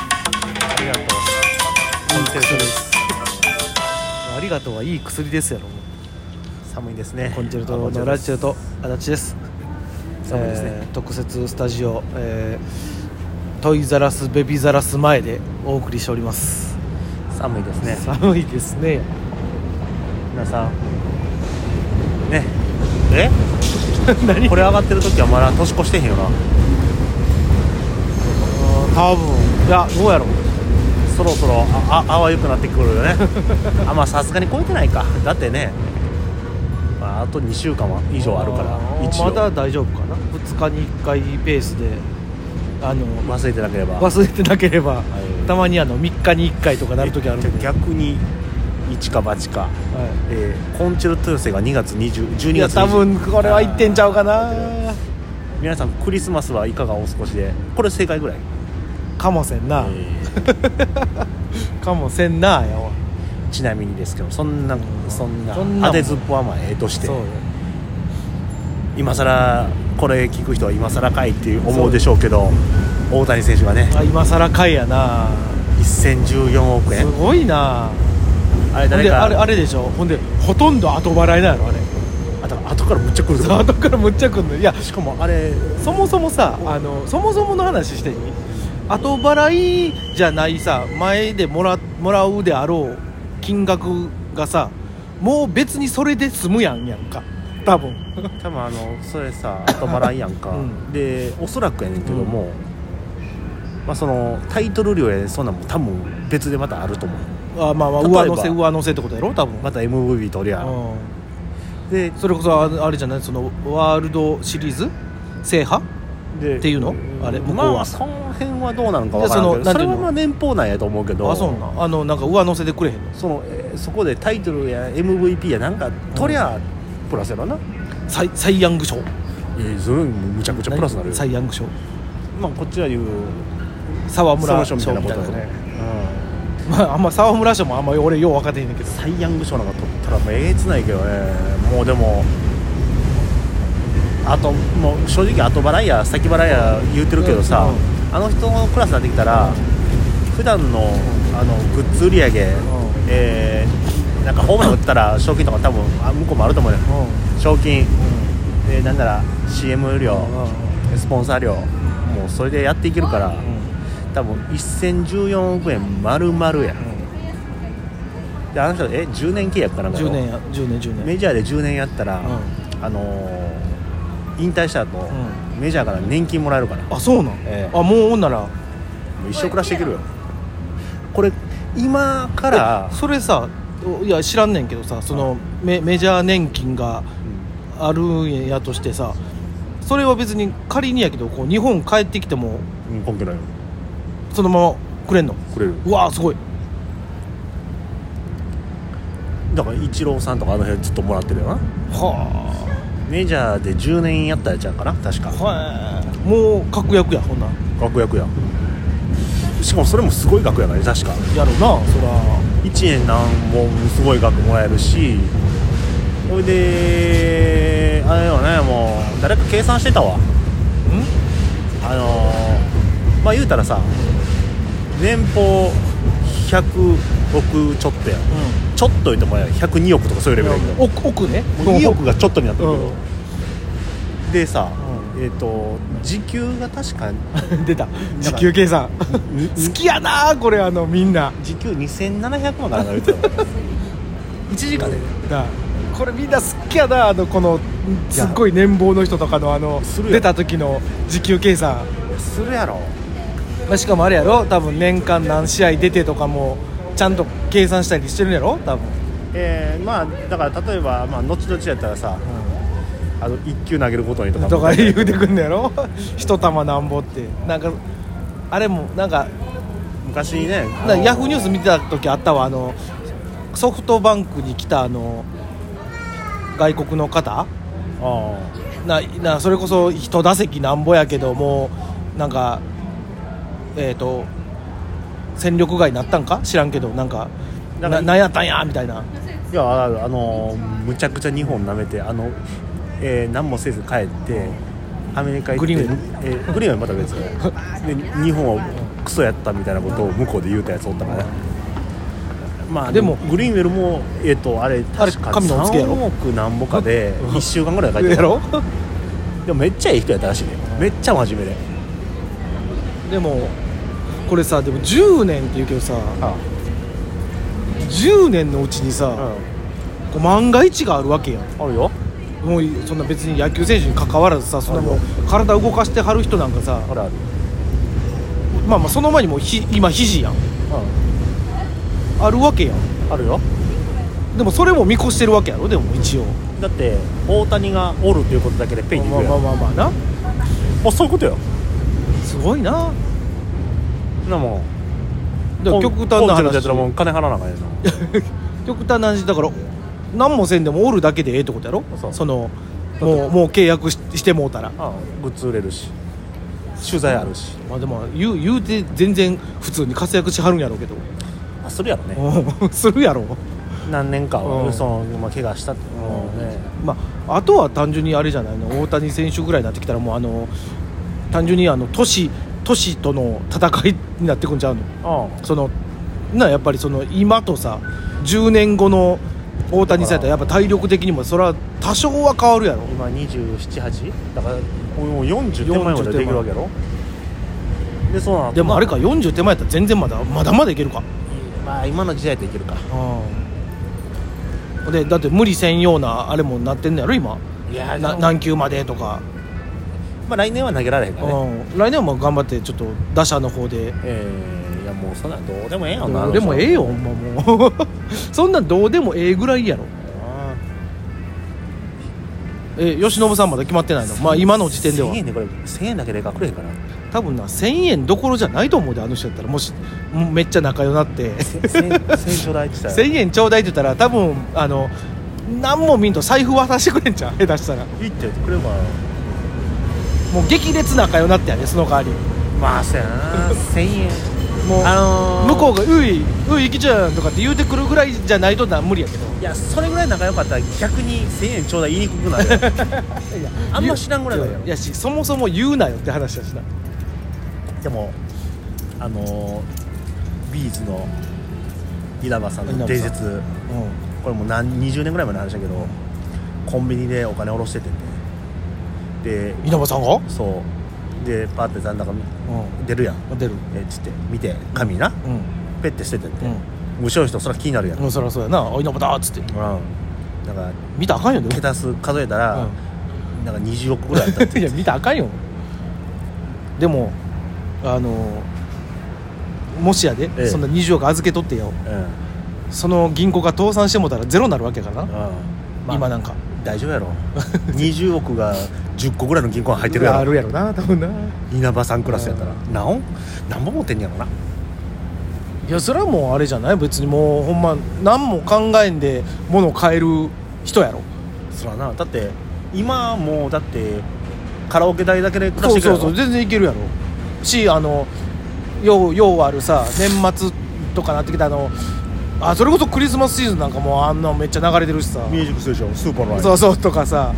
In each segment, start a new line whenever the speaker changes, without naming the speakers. いい薬
りがとう
です
ありがとうはいい薬ですやろも
寒いですね
うコンチェルト
あこんち
の
はで
ラ
す
ジオと足立です
寒いですね
えー特設スタジオ、えートイザラスベビザラス前でお送りしております、
寒いですね
寒いですね
皆さんね
え 何
これ上がってる時はまだ年越してへんよな
多分いやどうやろう
そろそろあああわよくなってくるよ ねあまあさすがに超えてないかだってね、まあ、あと2週間は以上あるから
ー
一応
まだ大丈夫かな2日に1回ペースであの
忘れてなければ
忘れてなければ、
い
たまにあの3日に1回とかなるときあるんで、
え逆に一か八か、
は
えーコンチェルト寄せが2月20
い、い
12
や
月20
多分これは行ってんちゃうか
あー
な
皆さんクリスマスはいかがお過ごしでこれ正解ぐらい、
かもせんな、
え
かもせんなやわ
ーちなみにですけどそんなそんな
そんなもん
当てずっぽはまあええとして
そうよ
今更これ聞く人は今更かいっていう思うでしょうけど大谷選手がね
あ今更かいやな
1014億
す
円
ごいな
あれ
ほん
誰
で
か
あれあれでしょほんでほとんど後払いなんやろあれ
あと後からむっちゃくるぞ
後からむっちゃくんのいや
しかもあれ
そもそもさあのそもそもの話していい後払いじゃないさ前でもらもらうであろう金額がさもう別にそれで済むやんやんか多 分
多分あのそれさ後払いやんか、
うん
でおそらくやねんけども、まあそのタイトル料やねそんなんも多分別でまたあると思う
あまあまあ
例えば
上乗せ上乗せってことやろ多分、
また MVP 取りゃ、
う
で
ん、それこそああれじゃないそのワールドシリーズ制覇
で
っていうのあれ向こうは
まあその辺はどうなのかわからんけど
でそのなん
そ
てい
れ
うの
はまあ年俸なんやと思うけど
あそうなんあのなんか上乗せでくれへんの
そのえーそこでタイトルや MVP やなんか取りゃプラスやろな、
サイサイ・ヤング賞
えーそれむちゃくちゃプラスになるよ
サイ・ヤング賞
まあこっちは言う
沢
沢
村
村賞
賞
み
み
た
た
いな
いな
ことだね
ね、まああんま沢村賞もあんま俺よう分かってへんねんけど
うん、サイ・ヤング賞なんか取ったらもうえげつないけどねもうでもあともう正直後払いや先払いや言うてるけどさ、
うん
あの人のクラスになってきたら、普段のあのグッズ売り上げ、えーなんかホームラン打ったら賞金とか多分あ向こうもあると思うよ
うん
賞金、えーなんなら CM 料、
う
スポンサー料もうそれでやっていけるから、
ん
多分1014億円丸々やであの人え10年契約かなんかよ
10年や10年10
メ
年
ジャーで10年やったら、
う
あのー引退した後、
う
メジャーから年金もらえるからも
あそうなん、
ええ
あもうほんなら
う一生暮らしていけるよこれ今から
えそれさおいや知らんねんけどさそのメメジャー年金があるんやとしてさそれは別に仮にやけどこう日本帰ってきても
うん根拠ないよ
そのままくれんの
くれる
うわーすごい
だからイチローさんとかあの辺ずっともらってるよな
は
メジャーで10年やったやつやんかな確か
あはえもう確約やほんなら
学役やしかもそれもすごい額やからね確か
やろうなそら
1年何本すごい額もらえるしほいであれよねもう誰か計算してたわ
ん
あのー、まあ言うたらさ年俸100億ちょっとやん
う
ちょっと言ってもや102億とかそういうレベルやけど
ん奥奥ね
もう2億がちょっとになってるけど、でさ、
う
えっ、と時給が確か
出た時給計算
に
好きやなーこれあのみんな
時給2700万からなるって た1時間で
なあこれみんな好きやなあのこのすっごい年俸の人とかのあの
するやん
出た時の時給計算、
するやろ
まあ、しかもあれやろ多分年間何試合出てとかもちゃんと計算したりしてるんやろ多分、
えー、まあだから例えば、まあ、後々やったらさあの1球投げることにとかも
とか言うてくんのや ろ一玉なんぼってなんかあれもなんか
昔ね
なヤフーニュー
ス
ス見てた時あったわあのソフトバンクに来たあの外国の方
あ
ななそれこそ一打席なんぼやけどもうなんかえっ、と戦力外になったんか知らんけどなんか
な
なん
か
なんやったんやみたいな
あいやああのむちゃくちゃ日本舐めてあの、えー、何もせず帰ってアメリカ行って
グリーンウ
えーグリーンはまた別で日本をクソやったみたいなことを向こうで言うたやつおったからねまあ
で
で
も
もグリーンウェルもえっ、とあれ確か
あれ神のお付けやろ
3億なんぼかで
うん
1週間ぐらいで帰って
や
た
ろ
でもめっちゃいい人やったらしいねめっちゃ真面目で
でもこれさでも10年って言うけどさ
あ
10年のうちにさ、こう万が一があるわけやん
あるよ
もうそんな別に野球選手に関わらずさそんなもう体動かしてはる人なんかさ
あるある
まあまあその前にもうひ今肘やん
う
あるわけやん
んあるよ
でもそれも見越してるわけやろでも一応
だって大谷がおるっていうことだけでペイに行
まあ
くやん、
まあまあまあな
もうそういうことよ
すごいな
そんなもん
だから
コン
極端な
コンチェルトや
話
ったらもう金払わなあかんやんな
極端な話だから何もせんでもおるだけでええってことやろ
そう
のもうもう契約ししてもうたら
あグッズ売れるし取材あるし、
まあでも言う言うて全然普通に活躍しはるんやろうけど
あするやろね
うん するやろ
何年かは、
うん
そのまあ、怪我したっていうのもね、
まああとは単純にあれじゃないの大谷選手ぐらいになってきたらもうあの単純にあの都市都市との戦いになってくんちゃうの
う
そのなやっぱりその今とさ10年後の大谷さんやったらやっぱ体力的にもそれは多少は変わるやろ
ん、今278だからもう40手前までできるわけやろでそうなると
でもあれか40手前やったら全然まだまだまだいけるか
まあ今の時代でいけるか
でだって無理せんようなあれもなってんのやろ今
いや
な
なま
何球までとか、
あ、来年は投げられへんからね、
うん、来年も頑張ってちょっと打者の方で
えー、いやもうそんなんどうでもええやん
どうでもええよほんまもう そんなんどうでもええぐらいやろえ吉信さんまだ決まってないのまあ今の時点では
1000円でこれ1000円だけでかくれへんから
多分な1000円どころじゃないと思うであの人やったらもしもうめっちゃ仲良な って
1000円頂戴ってたら
1000円ちょうだいって言ったら多分あの何も見んと財布渡してくれんじゃん下手したらも
いいって言ってくれば
う激烈仲良なってやねその代わり
まあそうやな1000円
もう
あのー、
向こうが「ういういきちゃん」とかって言うてくるぐらいじゃないとな無理やけど
いやそれぐらい仲良かったら逆に1000円ちょうだい言いにくくなるやんあんま知らんぐらいだよ
いやしそもそも言うなよって話だしな
でもあのー、ビーズの稲葉さんの伝説
う
これもう何20年ぐらい前の話だけどコンビニでお金下ろしてててで
ん稲葉さんが
そうでパーって残高見
う
出るやん
ん出る
えっつって見て紙な
うん
ペッて捨ててって、
うん
無償の人そりゃ気になるやん、うん
もうそりゃそうやなあ稲葉だっつって
だから
見たらあかんよね
桁数数えたら、なんか20億ぐらいあったって
うんいや見たらあかんよでもあのもしやで、
ええ
そんな20億預けとってよ
うん、うん
その銀行が倒産してもたらゼロになるわけやからな、
まあ
今なんか
大丈夫や ろ20億が10個ぐらいの銀行が入ってるや
あ
ろ
るやろな多分な
稲葉さんクラスやったらなお何本持ってんねやろない
やそれはもうあれじゃない別にもうほんま何も考えんで物を買える人やろ
そらなだって今もうだってカラオケ代だけで暮らし
そ
て
う
いけるや
そう
ろ
そう全然いけるやろしあのようようあるさ年末とかなってきたあのあそれこそクリスマスシーズンなんかもうあんなめっちゃ流れてるしさ
ミュージックステーションスーパーライ
そ
ブ
うそうとかさ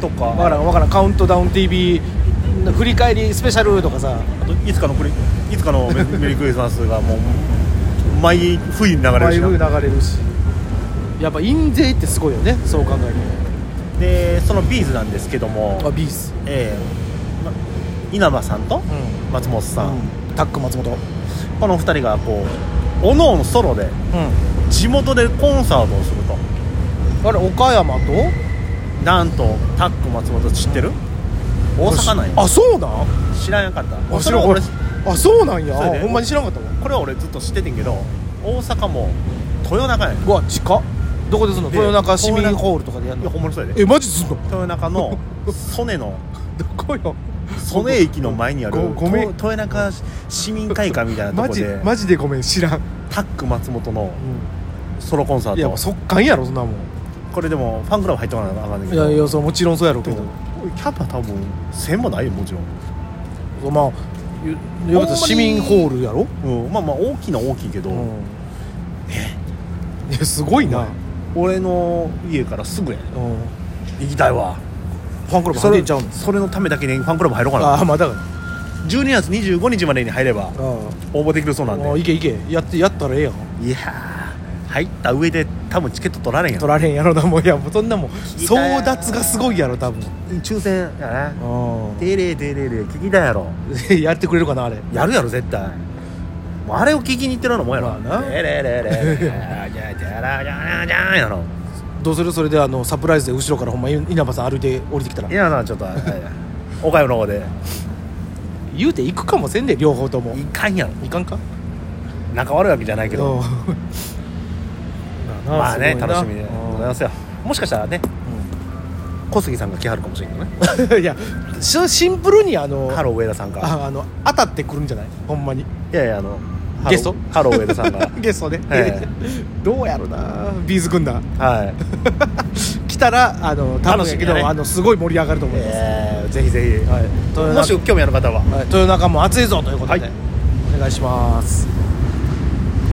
とか
わからんわからんカウントダウン TV 振り返りスペシャルとかさ
あといつかのクリいつかの メメリークリスマスがもう毎冬に流れ
ああ
る
い
し
う風
な
に流れるしやっぱ印税ってすごいよねそう考える
でそのビーズなんですけども
とあビース
ええま稲葉さんと
うん
松本さん、
タック松本うん
この2人がこうおのおのソロで地元でコンサートをすると
あれ岡山と
なんとタック松本知ってる大阪なんや
あそうなん
知らんやかった
あ
そ
知
れ
ら
は
ん
俺
あそうなんや
それで
あほんまに知らんかったわ
これは俺ずっと知っててんけど大阪も豊中やねんいう
わ近っどこですんの
で
豊中市民ホールとかでやる
や
の
ほんまにそうやで
えマジすんの
豊中 の曽根の
どこよ
曽根駅の前にある
ごごめん
と豊中市民会館みたいな
マ
とこ
ジ
で
マジでごめん知らん、
タック松本のソロコンサ
いや
ー
もう
ト
速乾やろそんなもん
これでもファンクラブ入ってもらわなあかんねん
い
けど
やいやそうもちろんそうやろうけ
で
ど
もキャパ多分1000もないよもちろん
まあゆよかったら市民ホールやろ、
うん、まあまあ大きいのは大きいけど、
うんいやすごいな、
俺の家からすぐやね
うん
行きたいわ
ファンクラブ
そ
入って
れ
んちゃうの
それのためだけにファンクラブ入ろうかな
ああまあだから
12月25日までに入れば
う
応募できるそうなん
ん
で
もういけいけやってやったらええやん
いやー入った上で多分チケット取られんや
取
ろ
られへんやろなもういやもうそんなもん
聞いたよ
争奪がすごいやろ多分
抽選やね
う
てれてれれ聞きたいやろ
ん やってくれるかなあれ
やるやろ絶対もうあれを聞きに行ってるようなもんやろ、
まあな
テレレレレじゃあじゃあじゃあじゃあじゃあやろ
どうするそれであのサプライズで後ろからほんま稲葉さん歩いて降りてきたら
いやなちょっとあれ岡山の方で
言うて行くかもせんで両方とも
いかんやろ
いかんか
仲悪いわけじゃないけど
うん
まあね
すごいな
楽しみでございますよもしかしたらね小杉さんが来はるかもしれんけどね
うん いやしシンプルにあの
ハロー上田さんか
ああの当たってくるんじゃないほんまに
いやいやあのハロー
ゲスト
ハロー上田さん が
ゲストで、
え
どうやろなビーズ軍団
はい
来たらあの楽しいけ
楽しみ
ど、
だね
あのすごい盛り上がると思います、
えーぜひぜ
はい
ひ
豊
もし
中
興味ある方は
はい豊中も暑いぞということで、
はい
お願いします